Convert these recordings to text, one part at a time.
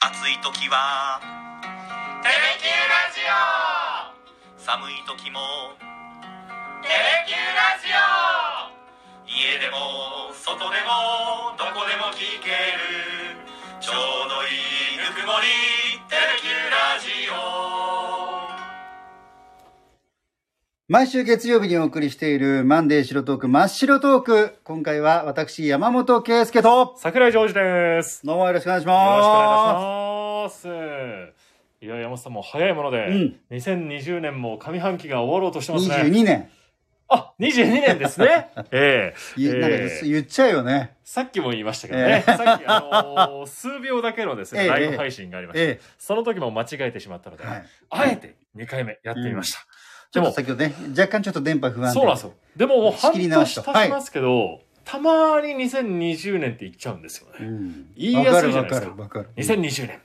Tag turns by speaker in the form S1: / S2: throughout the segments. S1: 暑い時は
S2: テレキューラジオ
S1: 寒い時も
S2: テレキューラジオ
S1: 家でも外でもどこでも聞けるちょうどいいぬくもりテレキューラジオ
S3: 毎週月曜日にお送りしているマンデー白トーク真っ白トーク。今回は私、山本圭介と、
S4: 桜井ジョージです。よ
S3: どうもよろしくお願いし
S4: ろしくお
S3: ま
S4: 願いします。いや、山本さんも早いもので、
S3: うん
S4: 2020年も上半期が終わろうとして
S3: す。
S4: ますね。
S3: 22年。
S4: あ、22年で すね。ええ
S3: いなんか
S4: ええ
S3: 言っちゃうよね。
S4: さっきも言いましたけどね。さっき、あのー数秒だけのですね、
S3: ええ
S4: ライブ配信がありました。
S3: え
S4: その時も間違えてしまったので、
S3: え。はい。
S4: あえて2回目やってみました。
S3: ちょっ
S4: で
S3: と
S4: も、
S3: 先ほどね、若干ちょっと電波不安定
S4: そうなんですよ。でももう
S3: 仕
S4: 半
S3: 切り直し
S4: 年
S3: と
S4: 経ちますけど、たまに2020年って言っちゃうんですよね。
S3: うん
S4: 言いやすいじゃ
S3: わ
S4: ない
S3: か
S4: です
S3: る
S4: か
S3: わかるわかる。
S4: 2020年。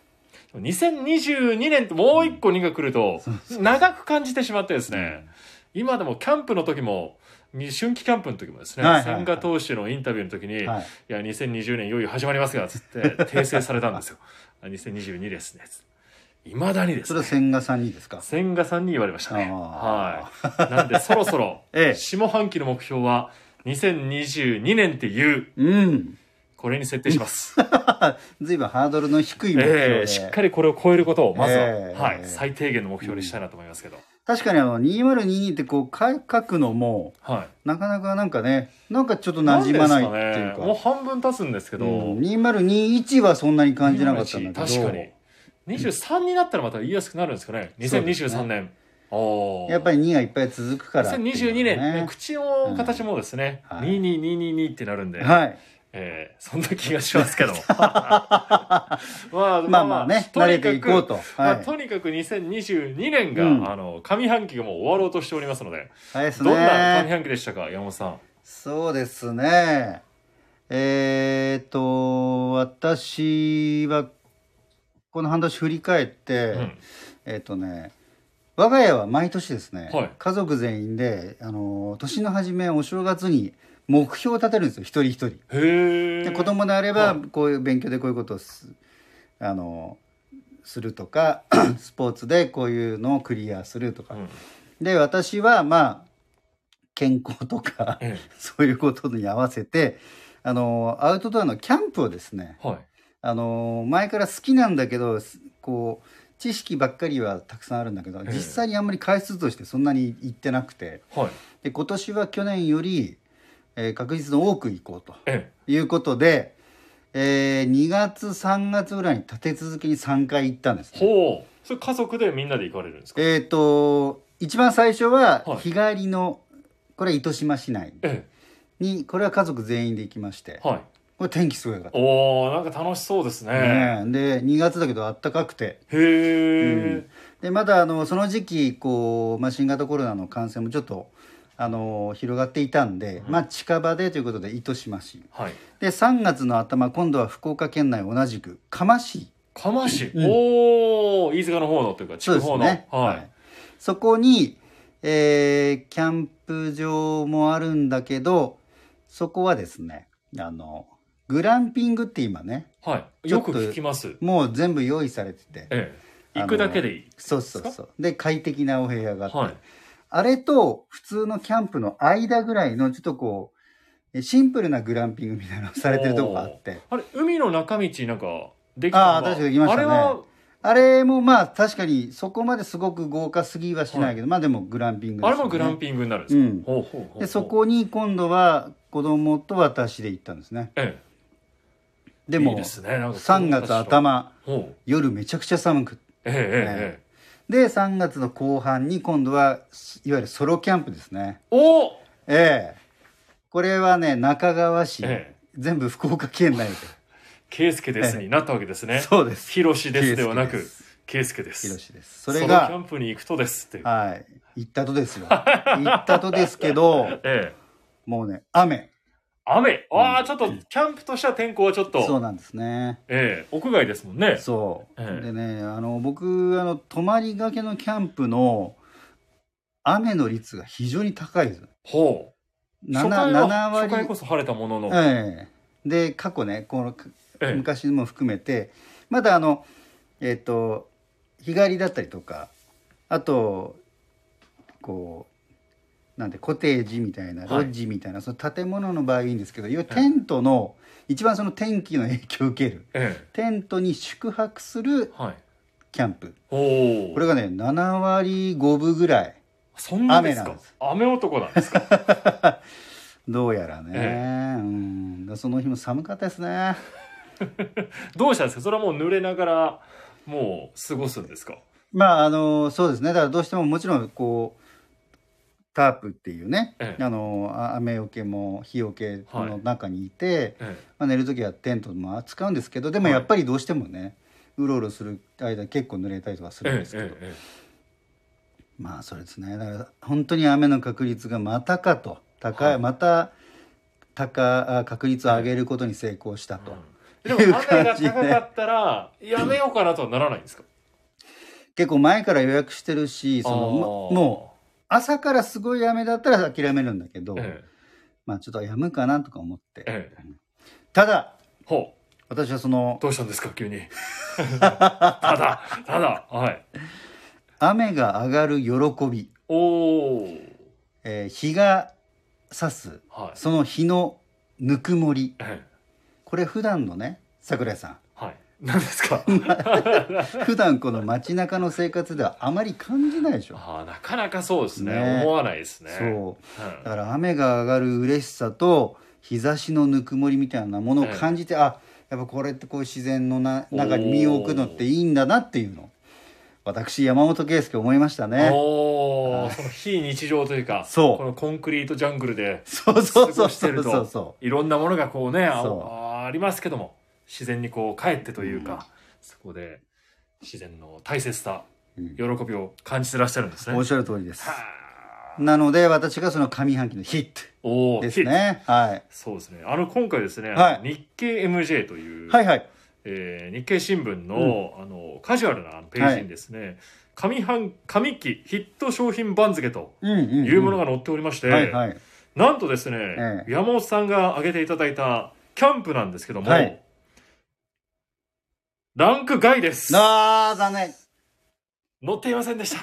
S4: 2022年ってもう一個2が来ると、長く感じてしまってですね、今でもキャンプの時も、み春季キャンプの時もですね、
S3: はいはいはい
S4: 千賀投手のインタビューの時に、
S3: はい
S4: い、や、2020年いよいよ始まりますが、つって訂正されたんですよ。あ2022ですね。いまだにで
S3: そ
S4: す
S3: れ
S4: ね
S3: は。千賀さんにですか
S4: 千賀さんに言われましたね。
S3: あ、
S4: はい。なんで、そろそろ
S3: ええ
S4: 下半期の目標は、2022年っていう、
S3: うん。
S4: これに設定します。
S3: ずいぶんハードルの低い目標
S4: え
S3: で。
S4: えしっかりこれを超えることを、まずは、
S3: ええ
S4: はい、最低限の目標にしたいなと思いますけど。
S3: 確かにあの、2022ってこう、書くのも、
S4: はい。
S3: なかなかなんかね、なんかちょっと馴染まないって
S4: ん
S3: い
S4: です
S3: う
S4: か
S3: か。
S4: ねもう半分経つんですけど、
S3: うん、2021はそんなに感じなかったんだけど
S4: 確かに。23になったらまた言いやすくなるんですかね。
S3: そうですね
S4: 2023年。おお。
S3: やっぱ
S4: り、
S3: り2がいっぱい続くからっていう
S4: 2022年、ね
S3: の
S4: 口の形もですね、
S3: うんはい
S4: 22222ってなるんで、
S3: はねはい
S4: ええそんな気がします けど。まあ
S3: まあまあね慣れていこうとはい
S4: まあとにかく2022年が、
S3: うん
S4: あの上半期がもう終わろうとしておりますので、
S3: 早いです
S4: どんな上
S3: ね
S4: 半期でしたか、山本さん。
S3: そうですねえーっと私はこの半年振り返って、
S4: うん
S3: えーっとね我が家は毎年ですね、
S4: はい
S3: 家族全員であの年の初めお正月に目標を立てるんですよ一人一人
S4: へえ。
S3: で子供であれば
S4: は
S3: こういう勉強でこういうことをすあのするとか スポーツでこういうのをクリアするとか、
S4: うん
S3: で私はまあ健康とか
S4: え
S3: そういうことに合わせてあのアウトドアのキャンプをですね
S4: えはい。
S3: あの前から好きなんだけどすこう知識ばっかりはたくさんあるんだけど
S4: ええ
S3: 実際にあんまり回数としてそんなに行ってなくて
S4: はい。
S3: で今年は去年より、えー確実に多く行こうと。
S4: え
S3: いうことで、えー、2月3月ぐらいに立て続けに3回行ったんです
S4: え。
S3: ね、
S4: ほう。それ家族でみんなで行かれるんですか。
S3: えっ、と一番最初は
S4: はい
S3: 日帰りの、これは糸島市内
S4: え
S3: にこれは家族全員で行きまして
S4: え。はい。
S3: これ天気すごいよかった、
S4: おお、なんか楽しそうですね。
S3: ねえで2月だけど暖かくて
S4: へえ。
S3: でまだあのその時期こう、まあ、新型コロナの感染もちょっとあの広がっていたんで、まあ、近場でということで糸島市
S4: はい。
S3: で3月の頭今度は福岡県内同じく釜市
S4: かまし。
S3: うん
S4: おお、飯塚の方のというか、地
S3: そう
S4: 区
S3: で
S4: の
S3: す
S4: 方の。
S3: ね。
S4: はい。。
S3: そこに、えーキャンプ場もあるんだけど、そこはですね、あの、グランピングって今ね、
S4: はい。
S3: ちょ
S4: よ
S3: っと
S4: く聞きます。
S3: もう全部用意されてて、
S4: ええ。
S3: あの
S4: 行くだけでいい。
S3: そうそうそう。で、快適なお部屋があって、
S4: はい。
S3: あれと普通のキャンプの間ぐらいの、ちょっとこう、えシンプルなグランピングみたいなのをされてるとこがあって、
S4: あれ、海の中道なんか。できたのは
S3: あー確かにできましたね
S4: あれは。
S3: あれもまあ確かにそこまですごく豪華すぎはしないけど、まあでもグランピング
S4: あ
S3: ですよ
S4: れ
S3: ね
S4: もグランピングになるんですか。
S3: うん
S4: ほうほうほうほう。
S3: でそこに今度は子供と私で行ったんですね
S4: ええ。
S3: でも
S4: いいですね、なんかそ
S3: 3
S4: んな形
S3: 月
S4: の。
S3: 頭
S4: ほう。
S3: 夜めちゃくちゃ寒く
S4: ええええええ。
S3: で3月の後半に今度はいわゆるソロキャンプですね
S4: おお。
S3: ええこれはね中川市、
S4: ええ
S3: 全部福岡県内
S4: 圭介ですになったわけです
S3: で
S4: ね。
S3: そうです
S4: 広しですではな
S3: 圭介で、
S4: く圭介です。
S3: 広しですそれ
S4: ソロ
S3: が
S4: キャンプに行くとですっていう。
S3: はい行ったとですよ行ったとですけど
S4: ええ。
S3: もうね雨
S4: 雨。あ
S3: う
S4: あ、ちょっと、キャンプとしては天候はちょっ
S3: そう
S4: と、
S3: なんですね
S4: ええ、屋外ですもんね。
S3: そう、
S4: ええ
S3: でねあの僕あの泊まりがけのキャンプの雨の率が非常に高いです
S4: ほう。
S3: 7,
S4: 初回は
S3: 7割
S4: 初回こそ晴れたものの、
S3: ええで過去ねこの
S4: ええ
S3: 昔も含めてまだあのえっ、と日帰りだったりとかあとこうなんてコテージみたいなロ
S4: はい
S3: ッジみたいな、その建物の場合いいんですけど要はテントの、一番その天気の影響を受ける
S4: え
S3: テントに宿泊する
S4: えはい
S3: キャンプ
S4: おお
S3: これがね7割5分ぐらい
S4: そんなです
S3: 雨
S4: か
S3: なんです
S4: 雨男なんですか
S3: どうやらね、
S4: え
S3: うんだからその日も寒かったですね
S4: どうしたんですかそれはもう濡れながらもう過ごすんですか
S3: まああのそうですねだからどうしてももちろんこうタープっていうね、
S4: ええ
S3: あのあ雨よけも火よけの中にいて、
S4: え
S3: まあ、寝る時はテントも使うんですけどでも
S4: はい
S3: やっぱりどうしてもね、うろうろする間結構濡れたりとかす
S4: え
S3: るんですけど、
S4: えええ
S3: まあそうですねだから本当に雨の確率がまたかと高い、
S4: はい
S3: また高あ確率を上げることに成功したと、
S4: ええでも雨が高かったらやめようかなとはならないんですか
S3: 結構前から予約してるしその
S4: あー
S3: まもう朝からすごい雨だったら諦めるんだけど、
S4: え
S3: まあちょっとやむかなとか思って、
S4: ええ
S3: ただ
S4: えほう
S3: 私はその
S4: どうしたんですか 急にただただはい
S3: 雨が上がる喜び、
S4: おお
S3: えー日が差す
S4: はい
S3: その日のぬくもり
S4: ええ
S3: これ普段のね桜井 さ
S4: はい何で すか
S3: ん普段この街中の生活ではあまり感じないでしょ、
S4: あーなかなかそうですね
S3: ね
S4: 思わないですね
S3: そう
S4: うん
S3: だから雨が上がる嬉しさと日差しのぬくもりみたいなものを感じて、あやっぱこれってこう自然のな中に身を置くのっていいんだなっていうのを私山本圭介思いましたね
S4: おお、その非日常というか、
S3: そう
S4: このコンクリートジャングルで、
S3: そうそう
S4: 過
S3: そう
S4: ごして
S3: そう
S4: ると
S3: そうそ
S4: いろんなものがこうね、あ
S3: そう
S4: あありますけども、自然にこう帰ってというか、そこで自然の大切さ、
S3: う、うん
S4: 喜びを感じてらっしゃるんですね。
S3: おっしゃる通りです
S4: はあ
S3: なので私がその上半期のヒット
S4: おお、
S3: ですねはい
S4: そうですね。あの、今回ですね、
S3: はい
S4: 日経 MJ という、
S3: はいはい
S4: えー日経新聞の,、あのカジュアルなページにですね、上半上期ヒット商品番付と
S3: うんうん、うん、
S4: いうものが載っておりまして、
S3: はいはい
S4: なんとですね、
S3: ええ
S4: 山本さんが挙げていただいたキャンプなんですけども、
S3: はい
S4: ランク外です。載
S3: あー残念
S4: っていませんでした。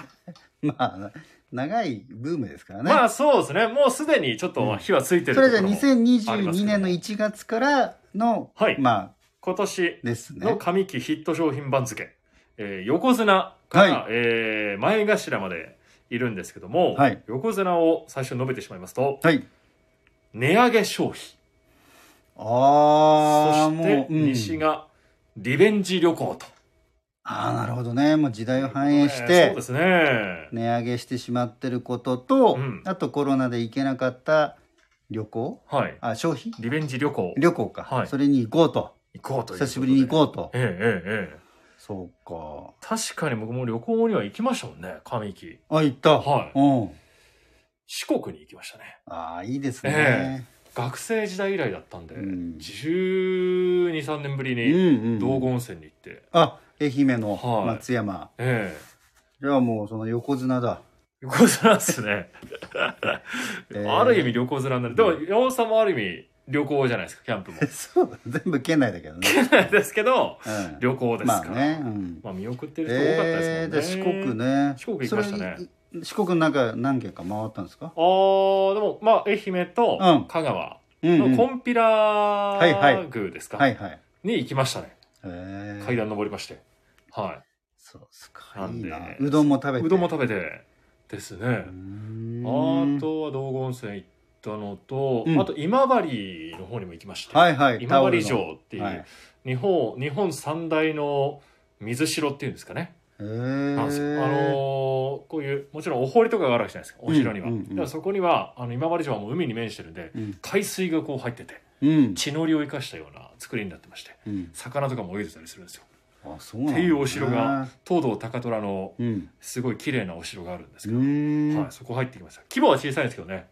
S3: まあ長いブームですからね、
S4: まあそうですね、もうすでにちょっと火はついてる
S3: それじゃ
S4: ところもあります
S3: 2022
S4: けど
S3: 年の1月からの、
S4: はい
S3: ま
S4: 今年
S3: あですね
S4: の上期ヒット商品番付、えー横綱から、
S3: はい
S4: えー前頭までいるんですけども、
S3: はい
S4: 横綱を最初に述べてしまいますと、
S3: はい
S4: 値上げ消費、
S3: ああ
S4: そして
S3: もう、うん
S4: 西がリベンジ旅行と。
S3: ああなるほどねもう時代を反映し
S4: そう
S3: て
S4: ですね。
S3: 値上げしてしまってることと、
S4: うん
S3: あとコロナで行けなかった旅行
S4: はい。
S3: あ消費
S4: リベンジ旅行
S3: 旅行か、
S4: はい
S3: それに行こうと
S4: 行こうということで
S3: 久しぶりに行こうと
S4: ええええええ
S3: そうか
S4: 確かに僕も旅行には行きましたもんね上期
S3: あ行った、
S4: はい
S3: うん
S4: 四国に行きましたね
S3: ああいいですね、
S4: 学生時代以来だったんで、
S3: うん
S4: 1 2 3年ぶり
S3: う
S4: に
S3: んうん
S4: 道後温泉に行って、
S3: あ愛媛の
S4: はい
S3: 松山、
S4: ええ
S3: じゃあもうその横綱だ
S4: 横綱ですね、
S3: ええ
S4: ある意味旅行面になるでも山本さんもある意味旅行じゃないですかキャン プも
S3: そう全部県内だけど ね、
S4: ですけど
S3: うん
S4: 旅行です
S3: ま
S4: か
S3: あ
S4: ら、
S3: ね、うん、
S4: まあ見送ってる人多かった
S3: えーで
S4: です
S3: 四
S4: もんね、
S3: 国ね
S4: 四国行きましたね
S3: それ四国の中何軒か回ったんですか
S4: あーでもまあ愛媛と
S3: うん
S4: 香川、
S3: うん、う
S4: の
S3: ん、
S4: コ
S3: は
S4: ンピラ
S3: はいはい
S4: ー宮ですか、
S3: いはい
S4: に行きましたね
S3: へー
S4: 階段登りまして、は
S3: そうですか
S4: なん
S3: いい
S4: で
S3: なうどんも食べ
S4: い、
S3: て
S4: うどんも食べてですね
S3: う、
S4: あ
S3: ーん
S4: とは道後温泉行ったのと、
S3: うん
S4: あと今治の方にも行きまして、
S3: はいはい
S4: 今
S3: タオル
S4: 治
S3: の
S4: 城っていう、
S3: はい
S4: 日本日本三大の水城っていうんですかね、
S3: へ
S4: なんですよあの
S3: ー
S4: ーこういうもちろんお堀とかがあるわけじゃないですかお城には、
S3: うんうんうん
S4: だからそこにはあの今治城はもう海に面してるんで
S3: うん
S4: 海水がこう入ってて
S3: うん、
S4: 地の利を生かしたような作りになってまして
S3: うん、
S4: 魚とかも泳いでたりするんですよ
S3: あそうなんだ
S4: っていうお城が東堂高虎の
S3: うん
S4: すごい綺麗なお城があるんです
S3: う
S4: けど、
S3: ーん
S4: はい、そこ入ってきました規模は小さいんですけどね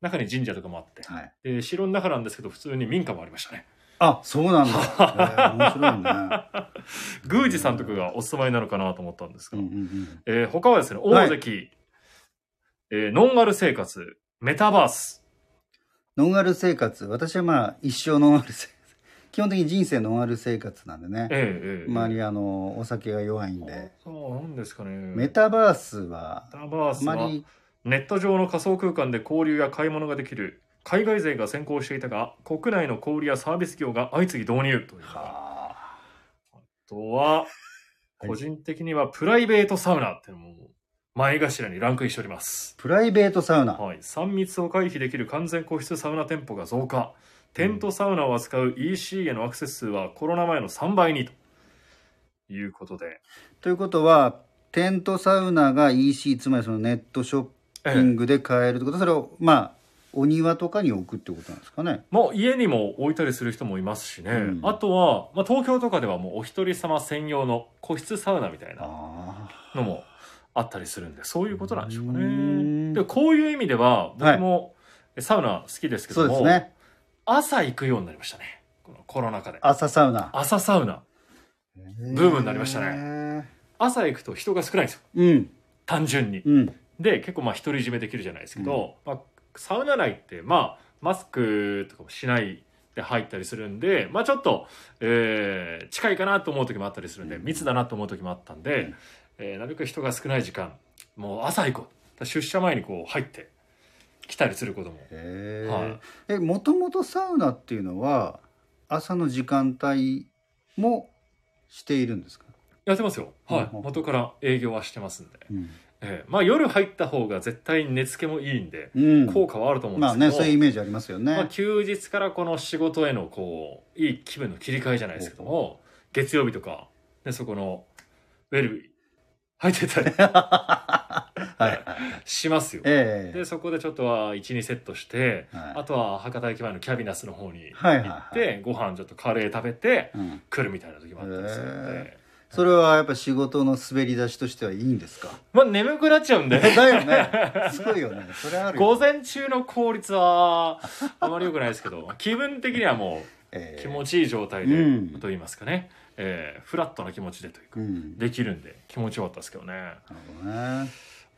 S4: 中に神社とかもあって
S3: はい
S4: で城の中なんですけど普通に民家もありましたね
S3: あそうなんだ、へー面白いね
S4: 宮司さんとかがお住まいなのかなと思ったんです
S3: う
S4: が、
S3: んうん
S4: えー他はですね
S3: はい
S4: 大関、えーノンアル生活メタバース
S3: うん、ノンアル生活私はまあ一生ノンアル生活基本的に人生ノンアル生活なんでね
S4: ええええ
S3: 周りあのお酒が弱いんで
S4: そうなんですかね
S3: メタバースは
S4: メタバー
S3: あ
S4: スは
S3: まり
S4: ネット上の仮想空間で交流や買い物ができる海外勢が先行していたが国内の小売りやサービス業が相次ぎ導入という
S3: は
S4: あとは
S3: はい
S4: 個人的にはプライベートサウナっていうのも前頭にランクインしております、
S3: プライベートサウナ
S4: はい、3密を回避できる完全個室サウナ店舗が増加テントサウナを扱う EC へのアクセス数はコロナ前の3倍にということで、
S3: ということはテントサウナが EC つまりそのネットショッピングで買えるってことはそれをまあお庭とかに置くってことなんですかね
S4: もう家にも置いたりする人もいますしね、
S3: うん
S4: あとは、まあ、東京とかではもうお一人様専用の個室サウナみたいな
S3: あ
S4: のもあったりするんでそういうことなんでしょうか
S3: うーん
S4: ね。でこういう意味では
S3: はい
S4: 僕もサウナ好きですけ
S3: そう
S4: ど
S3: で
S4: も、
S3: すね
S4: 朝行くようになりましたねこのコロナ禍で
S3: 朝サウナ
S4: 朝サウナ
S3: ブ
S4: ームになりました
S3: ね
S4: 朝行くと人が少ないんですよ
S3: うん
S4: 単純に。
S3: うん
S4: で結構まあ独り占めできるじゃないですけど、まあ、サウナ内ってまあマスクとかもしないで入ったりするんでまあちょっと、えー近いかなと思う時もあったりするんで、
S3: うん
S4: 密だなと思う時もあったんで、
S3: うん
S4: えーなるべく人が少ない時間もう朝行こうだから出社前にこう入って来たりすることも
S3: へ
S4: はい
S3: えもともとサウナっていうのは朝の時間帯もしているんですか、
S4: やってますよ、はい
S3: うん
S4: 元から営業はしてますんで、
S3: うん
S4: えーまあ夜入った方が絶対寝つけもいいんで
S3: うん
S4: 効果はあると思うんで
S3: ますあ
S4: けど、
S3: ねそういうイメージありますよね、
S4: まあ、休日からこの仕事へのこういい気分の切り替えじゃないですけども月曜日とかでそこのウェルビー入ってたり
S3: はい
S4: しますよ。
S3: ええ
S4: でそこでちょっとは12セットして
S3: は
S4: あとは博多駅前のキャビナスの方に
S3: はいはい
S4: 行っ
S3: はい
S4: てご飯ちょっとカレー食べて
S3: い、うん、
S4: 来るみたいな時もあったりするん
S3: へ
S4: で
S3: それはやっぱ仕事の滑り出しとしてはいいんですか
S4: まあ眠くなっち ゃうんで
S3: だよ ね。そうよね。それあるよ、
S4: 午前中の効率はあまり良くないですけど 気分的にはも
S3: え
S4: う
S3: ー
S4: 気持ちいい状態で
S3: うん
S4: と言いますかねえーフラットな気持ちでというか
S3: う。ん。なる
S4: できるんで気持ちよかったですけどね
S3: ほどね。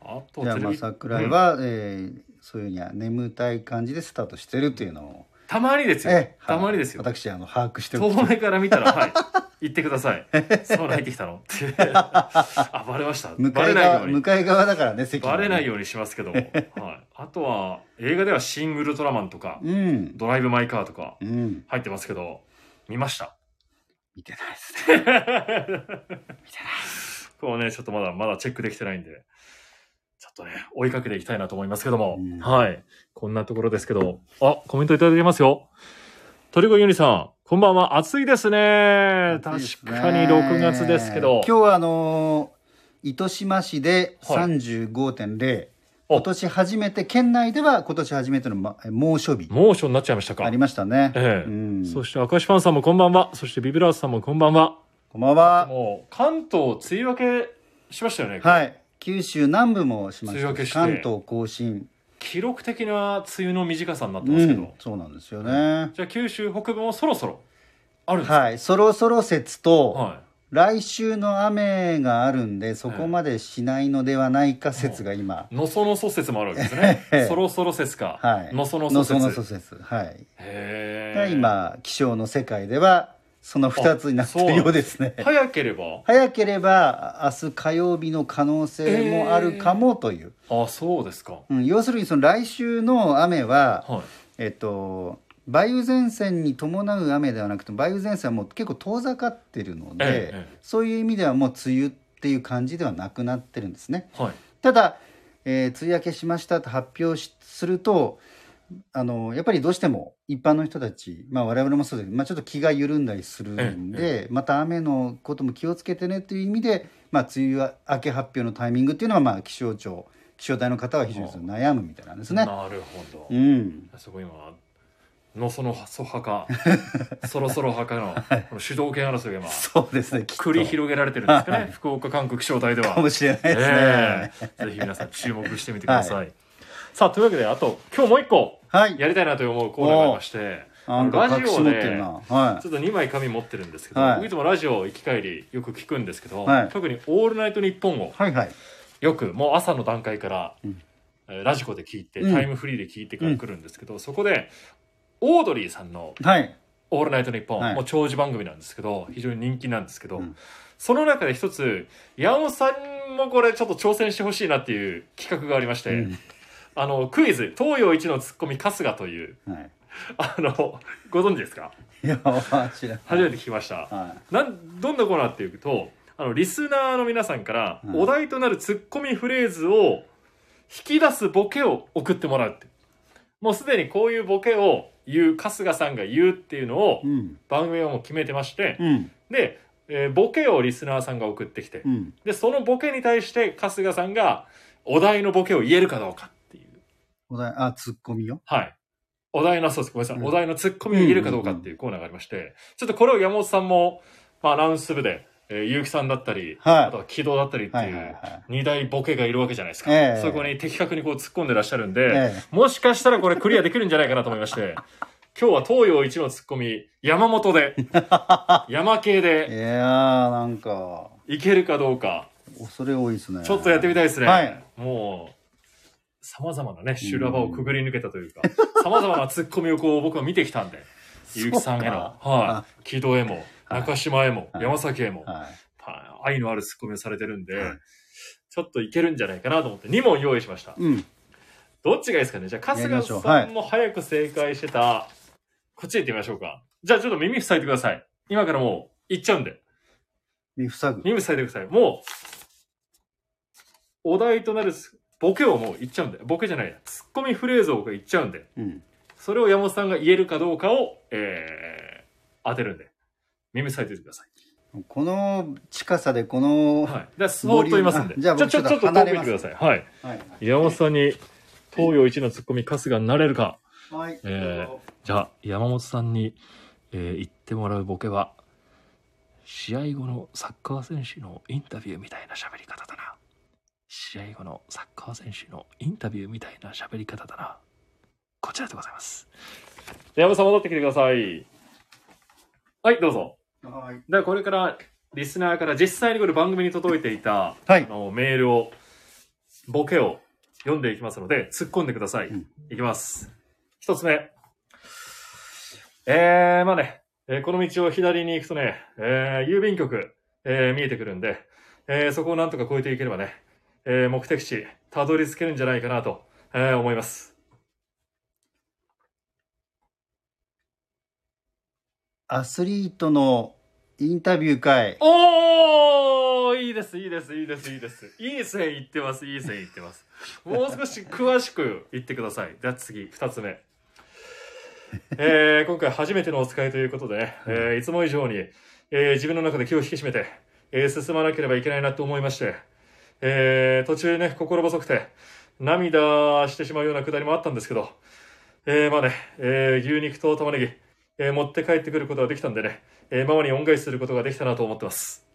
S4: あと
S3: じゃあ、まあ、桜井、
S4: うん
S3: は、えーそういうには眠たい感じでスタートしてるっていうのを。
S4: たまにですよ、
S3: ええ
S4: たまにですよ
S3: はい私、あの、把握してお
S4: 遠
S3: くと。
S4: 目から見たらはい言ってくださいそう泣いてきたのってあバレました
S3: 向
S4: バ
S3: か
S4: レ
S3: い
S4: ないよ
S3: 側、
S4: うに
S3: 向かい側だからね、席
S4: バレない
S3: よ。
S4: ようにしますけども、はい、あとは映画では「シン・ウルトラマン」とか
S3: うん。
S4: 「ドライブ・マイ・カー」とか
S3: うん。
S4: 入ってますけど見ました
S3: 見てないですね。
S4: こうねちょっとまだまだチェックできてないんでちょっとね追いかけていきたいなと思いますけども、
S3: うん
S4: はいこんなところですけどあコメントいただいてますよ鳥越ユニさんこんばんは暑いですね
S3: 暑いですね
S4: 確かに6月ですけど
S3: 今日は、あのー糸島市で
S4: はい
S3: 35.0、
S4: お
S3: 今年初めて県内では今年初めての、ま、猛暑日
S4: 猛暑になっちゃいましたか
S3: ありましたね、
S4: ええ
S3: うん、
S4: そして明石パンさんもこんばんはそしてビブラーズさんもこんばんは
S3: こんばんは
S4: もう関東梅雨明けしましたよね、
S3: はい、九州南部もしまし
S4: 梅雨明け
S3: た
S4: して
S3: 関東甲信、
S4: 記録的な梅雨の短さになって
S3: う
S4: ますけど、
S3: ん、そうなんですよね、
S4: じゃあ九州北部もそろそろあるんですか
S3: はいそろそろ説と、
S4: は
S3: 来週の雨があるんでそこまでしないのではないか説が今、
S4: いのそのそ説もあるわけですね
S3: ええ
S4: そろそろ説か、
S3: はい
S4: のそのそ説
S3: のそのそ説はい、
S4: へ
S3: が
S4: え
S3: 今気象の世界ではその2つになってるようですね
S4: 早ければ
S3: 早ければ明日火曜日の可能性もあるかもという、
S4: あそうですか
S3: うん、要するにその来週の雨は、
S4: はい
S3: えっと、梅雨前線に伴う雨ではなくて梅雨前線はもう結構遠ざかってるので、
S4: えええ
S3: そういう意味ではもう梅雨っていう感じではなくなってるんですね。
S4: はい
S3: ただ、えー梅雨明けしましたと発表しするとあのやっぱりどうしても一般の人たち、まあ、我々もそうですけど、まあ、ちょっと気が緩んだりするんで、また雨のことも気をつけてねという意味で、まあ、梅雨明け発表のタイミングっていうのは、まあ、気象庁気象台の方は非常にその悩むみたいなんですね。
S4: なるほど、
S3: うん
S4: そこ今のそのそ派か そろそろ派かのこの主導権争いが今
S3: そうですねきっと
S4: 繰り広げられてるんですかね、
S3: はい
S4: 福岡管区気象台では
S3: かもしれないですね。
S4: ええぜひ皆さん注目してみてください、さあというわけであと今日もう一個
S3: はい。
S4: やりたいなと思うコーナーがありまして
S3: なんか
S4: ラジ
S3: 隠し
S4: オ
S3: 持ってる
S4: で
S3: な。は
S4: ちょっと2枚紙持ってるんですけど、
S3: はい
S4: 僕いつもラジオ行き帰りよく聞くんですけど、
S3: はい
S4: 特に「オールナイトニッポン」を
S3: い。はいはい。
S4: よくもう朝の段階から、
S3: うん
S4: えーラジコで聞いて
S3: うん
S4: タイムフリーで聞いてから来るんですけど、そこでオードリーさんの
S3: はい。
S4: 「オールナイトニッポン」
S3: はい
S4: もう長寿番組なんですけど非常に人気なんですけど、
S3: うん
S4: その中で一つ八尾さんもこれちょっと挑戦してほしいなっていう企画がありまして、
S3: うん
S4: あのクイズ「東洋一のツッコミ春日」という
S3: はい
S4: あのご存知ですか
S3: いや知ら
S4: 初めて聞きました。
S3: ないはい
S4: なんどんなコーナーっていうとあのリスナーの皆さんから
S3: うん
S4: お題となるツッコミフレーズを引き出すボケを送ってもらうってもうすでにこういうボケを言う春日さんが言うっていうのを
S3: うん
S4: 番組はもう決めてまして
S3: うん
S4: で、えーボケをリスナーさんが送ってきて
S3: うん
S4: でそのボケに対して春日さんがお題のボケを言えるかどうかっていう
S3: お題あツッコミよ
S4: はい。お題の、そうです。ごめんなさい。
S3: うん
S4: お題のツッコミを入れるかどうかっていうコーナーがありまして、ちょっとこれを山本さんも、まあ、アナウンス部で、えー、結城さんだったり、
S3: はい
S4: あとは木戸だったりって
S3: はい
S4: い
S3: はいは
S4: う、
S3: い
S4: 二大ボケがいるわけじゃないですか。
S3: ええ
S4: そこに的確にこう突っ込んでらっしゃるんで、
S3: ええ
S4: もしかしたらこれクリアできるんじゃないかなと思い まして、今日は東洋一のツッコミ、山本で、山系
S3: い
S4: で、
S3: やーなんか
S4: いけるかどうか、
S3: 恐れ多いですね
S4: ちょっとやってみたいですね。
S3: はい
S4: もう、様々なね、修羅場をくぐり抜けたというか、様々なツッコミをこう僕は見てきたんで、 結城さんへの、
S3: そう
S4: はい、木戸へも、
S3: はい
S4: 中島へも、
S3: はい
S4: 山崎へも、
S3: は
S4: はい愛のあるツッコミをされてるんで、
S3: はい
S4: ちょっといけるんじゃないかなと思って2問用意しました。
S3: いうん
S4: どっちがいいですかねじゃあ、春
S3: やりま
S4: 日
S3: しょう
S4: さんも早く正解してた、こっち行ってみましょうか。じゃあ、ちょっと耳塞いでください。今からもう、行っちゃうんで。
S3: 身塞ぐ
S4: 耳塞いでください。もう、お題となるすボケをもう言っちゃうんで、ボケじゃないや、ツッコミフレーズを僕が言っちゃうんで、
S3: うん
S4: それを山本さんが言えるかどうかを、えー、当てるんで、耳塞いでてください。
S3: この近さでこの
S4: はい。じゃあ、そーっと言いますんで。
S3: ボリュームあじゃあ
S4: ちょ、
S3: 僕
S4: ちょ、ちょっ
S3: ち
S4: と
S3: ょっと
S4: 遠
S3: 離
S4: く
S3: れ
S4: 行
S3: ま
S4: って
S3: す
S4: ください。はい。
S3: はい
S4: 山本さんに、東洋一のツッコミ、春日になれるか。
S3: はい
S4: えーじゃあ山本さんに、えー言ってもらうボケは試合後のサッカー選手のインタビューみたいな喋り方だな試合後のサッカー選手のインタビューみたいな喋り方だなこちらでございます山本さん戻ってきてくださいはいどうぞ
S3: はい
S4: ではこれからリスナーから実際にこれ番組に届いていた、
S3: はい
S4: あのメールをボケを読んでいきますので突っ込んでください、
S3: うん
S4: いきます一つ目えー、まあね、えーこの道を左に行くとね、えー郵便局、えー見えてくるんで、えーそこをなんとか越えていければね、えー目的地たどり着けるんじゃないかなと、えー思います
S3: アスリートのインタビュー会
S4: おーいいですいいですいいですいいですいい線いってますいい線いってますもう少し詳しく言ってくださいでは次2つ目えー今回初めてのお使いということで、ねえーいつも以上に、えー自分の中で気を引き締めて、えー進まなければいけないなと思いまして、えー途中ね心細くて涙してしまうようなくだりもあったんですけど、えーまあね、えー牛肉と玉ねぎ、えー持って帰ってくることができたんでね、えーママに恩返しすることができたなと思ってます。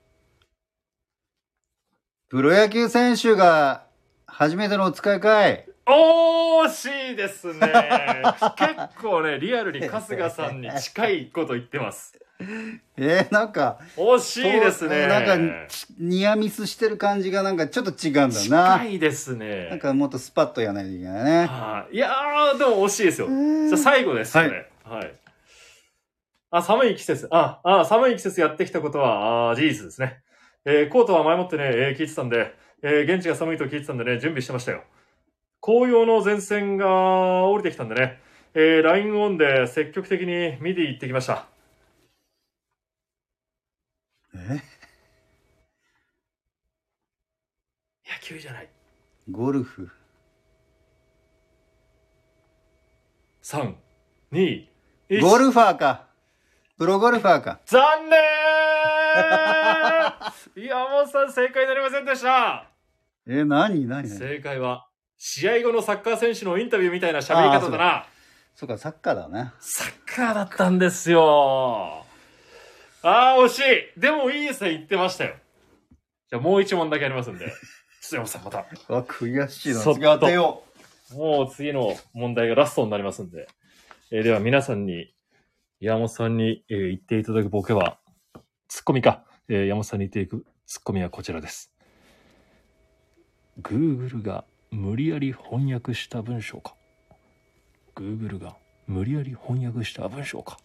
S3: プロ野球選手が初めてのお使い会
S4: 惜しいです ね。結構ね、リアルに春日さんに近いこと言ってます。
S3: えー、なんか
S4: 惜しいですね。
S3: なんかちニアミスしてる感じがなんかちょっと違うんだ
S4: 近
S3: ない
S4: ですね。
S3: なんかもっとスパッとやらないといけないね
S4: はいいやー、でも惜しいですよ。じゃあ最後です、これ。はい。あ、寒い季節。あ、あ、寒い季節やってきたことは、あー事実ですね。えーコートは前もってね、えー聞いてたんで、えー現地が寒いと聞いてたんでね、準備してましたよ。紅葉の前線が降りてきたんでね、えー、ラインオンで積極的に見に行ってきました。
S3: え
S4: 野球じゃない。
S3: ゴルフ
S4: 3、2、1。
S3: ゴルファーかプロゴルファーか
S4: 残念 山本さん正解になりませんでした
S3: えー、何何何
S4: 正解は、試合後のサッカー選手のインタビューみたいな喋り方だな。
S3: そうかサッカーだね
S4: サッカーだったんですよ。ああ、惜しい。でもいい線いってましたよ。じゃあもう一問だけあります んで。ちょっと山本さんまた。
S3: あ悔しいな
S4: そっと
S3: 次当てよ
S4: もう次の問題がラストになりますんで。えーでは皆さんに、山本さんに、えー言っていただくボケは、ツッコミか。えー山本さんに言っていくツッコミはこちらです。Google が無理やり翻訳した文章か。Google が無理やり翻訳した文章か。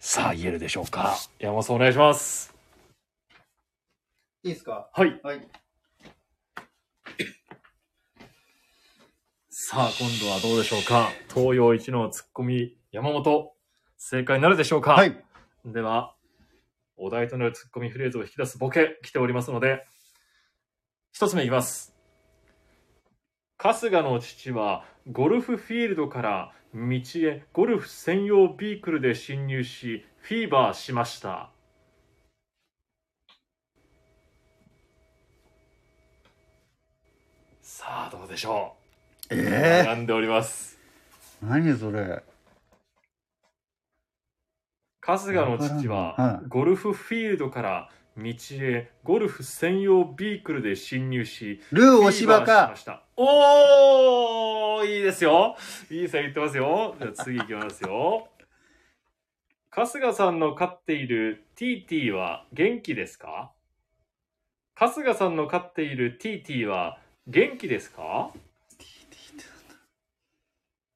S4: さあ、言えるでしょうか。山本さんお願いします。
S3: いいですか
S4: はい。
S3: はい。
S4: さあ、今度はどうでしょうか。東洋一のツッコミ、山本。正解になるでしょうか。
S3: はい。
S4: では、お題となるツッコミフレーズを引き出すボケ、来ておりますので、一つ目いきます。春日の父は、ゴルフフィールドから道へゴルフ専用ビークルで侵入し、フィーバーしました。さあ、どうでしょう。
S3: え
S4: 悩んでおります。
S3: え何それ。
S4: 春日の父は
S3: は、
S4: ゴルフフィールドから道へゴルフ専用ビークルで侵入し、
S3: ルー押しば
S4: フィーバーし
S3: か
S4: ま。した。おーいいですよいい線いってますよじゃあ次いきます よ。春日さんの飼っている TT は元気ですか春日さんの飼っている TT は元気ですか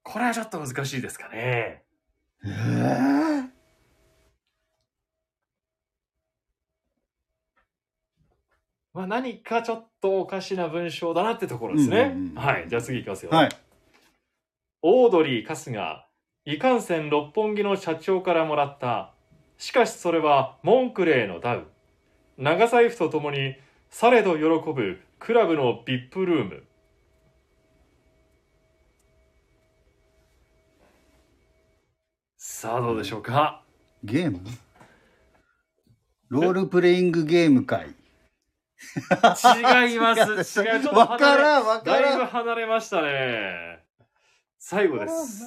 S4: これはちょっと難しいですかね。
S3: ええ
S4: まあ、何かちょっとおかしな文章だなってところですね。
S3: うんうんうん
S4: はい。じゃあ次いきますよ。
S3: はい。
S4: オードリー春日いかんせん六本木の社長からもらったしかしそれはモンクレーのダウ長財布とともにされど喜ぶクラブの VIP ルームさあどうでしょう か
S3: ゲームロールプレイングゲーム会。
S4: 違います違うちょっと
S3: わか
S4: 離れ
S3: らん、わか
S4: だいぶ
S3: らん。
S4: 離れましたね最後です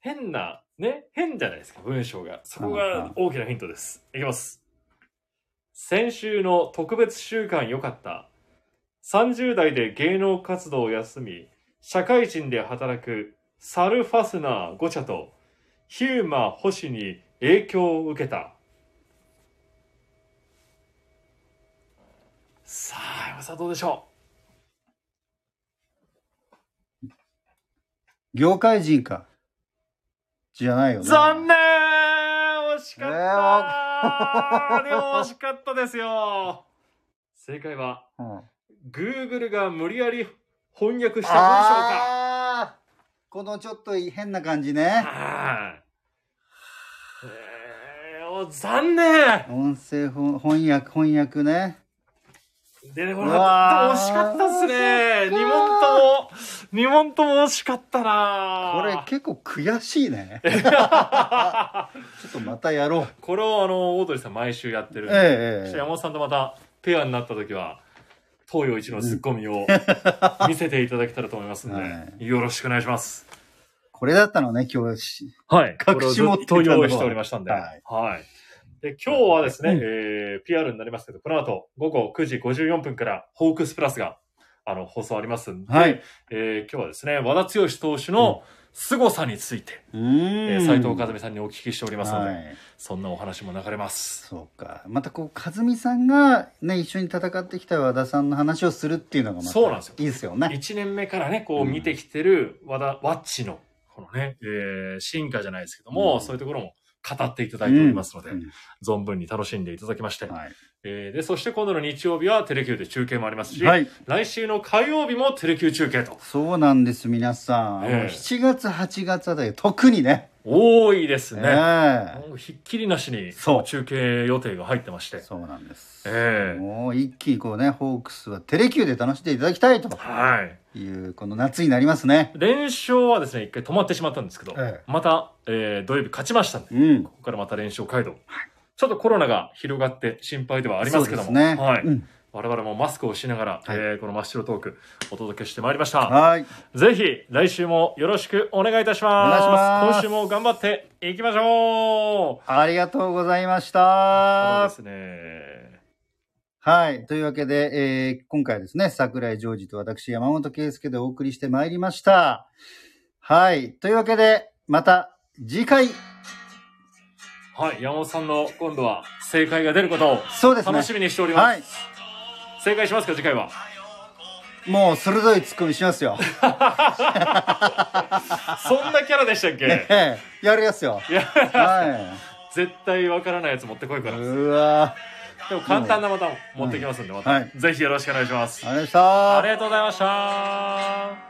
S4: 変な、ね、変じゃないですか、文章が。そこが大きなヒントです。いきます。先週の特別週間良かった。30代で芸能活動を休み、社会人で働くサルファスナーゴチャとヒューマ星に影響を受けた。さあ、山田さんどうでしょ
S3: 業界人か。じゃないよ
S4: う
S3: ね。
S4: 残念惜しかった、でも惜しかったですよ正解は
S3: うん
S4: Google が無理やり翻訳した文章
S3: あ
S4: か。
S3: ーこのちょっと変な感じね。
S4: はいえーお残念
S3: 音声翻翻訳、翻訳ね。
S4: 出てこなか
S3: うわー
S4: った。惜しかったですね。
S3: そっ
S4: 2
S3: か
S4: 問とも、二問とも惜しかった
S3: これ
S4: な
S3: 結構悔しいね。ちょっとまたやろう。
S4: これをあの、オードリーさん毎週やってるんで、そ
S3: え
S4: し
S3: え
S4: て
S3: え
S4: 山本さんとまたペアになった時は、東洋一のツッコミを見せていただけたらと思いますんで、
S3: は
S4: よろしくお願いします。
S3: これだったのね、今日し。
S4: はい。
S3: 隠し持ってたのは
S4: これをずっと用意しておりましたんで。は。
S3: はい
S4: で、今日はですね、
S3: うん
S4: えー、PR になりますけど、この後、午後9時54分から、ホークスプラスが、あの、放送ありますんで、
S3: はい
S4: えー今日はですね、和田剛投手の凄さについて、
S3: え
S4: えー斉藤和美さんにお聞きしておりますので、
S3: はい。
S4: そんなお話も流れます。
S3: そうか。またこう、和美さんがね、一緒に戦ってきた和田さんの話をするっていうのがまた
S4: そうなんですよ
S3: いいですよね。
S4: 1年目からね、こう見てきてる和田、ワッチの、このね、えー進化じゃないですけども、
S3: うん
S4: そういうところも語っていただいておりますので、
S3: うん
S4: 存分に楽しんでいただきまして、
S3: は
S4: えーで、そして今度の日曜日はテレキューで中継もありますし、
S3: い。はい。
S4: 来週の火曜日もテレキュー中継と。
S3: そうなんです、皆さん。
S4: ええ
S3: 7月、8月あたり、特にね。
S4: 多いです
S3: え
S4: ね。
S3: え
S4: もうひっきりなしに
S3: そう
S4: 中継予定が入ってまして。
S3: そうなんです。
S4: ええ
S3: もう一気にこうね、ホークスはテレキューで楽しんでいただきたいと
S4: はい。
S3: いう、この夏になりますね。
S4: 連勝はですね、一回止まってしまったんですけど、
S3: え
S4: また、えー土曜日勝ちましたんで、
S3: うん
S4: こ。こからまた連勝街道。ちょっとコロナが広がって心配ではあ
S3: あ
S4: りますけども、
S3: ね。
S4: はい、
S3: うん
S4: 我々もマスクをしながら、
S3: はい
S4: えーこの真っ白トークお届けしてまいりました。
S3: はい。
S4: ぜひ来週もよろしくお願いいたします。
S3: お願いします
S4: 今週も頑張っていきましょう。
S3: ありがとうございまし
S4: そう
S3: た
S4: で。すね。
S3: はい。というわけで、えー今回はですね、桜井ジョージと私、山本圭介でお送りしてまいりました。はい。というわけで、また次回、
S4: はい、山本さんの今度は正解が出ることを
S3: そうですね。
S4: 楽しみにしております。
S3: はい。
S4: 正解しますか次回は。
S3: もう鋭いツッコミしますよ。
S4: そんなキャラでしたっけ
S3: ええ やるやつよ。は
S4: 絶対わからないやつ持ってこいか
S3: い。
S4: ら。で
S3: うわ
S4: も簡単なまた持ってきますんで、ま
S3: は
S4: た
S3: い。
S4: ぜひよろしくお願いします。
S3: ありがとうございました
S4: ありがとうございました。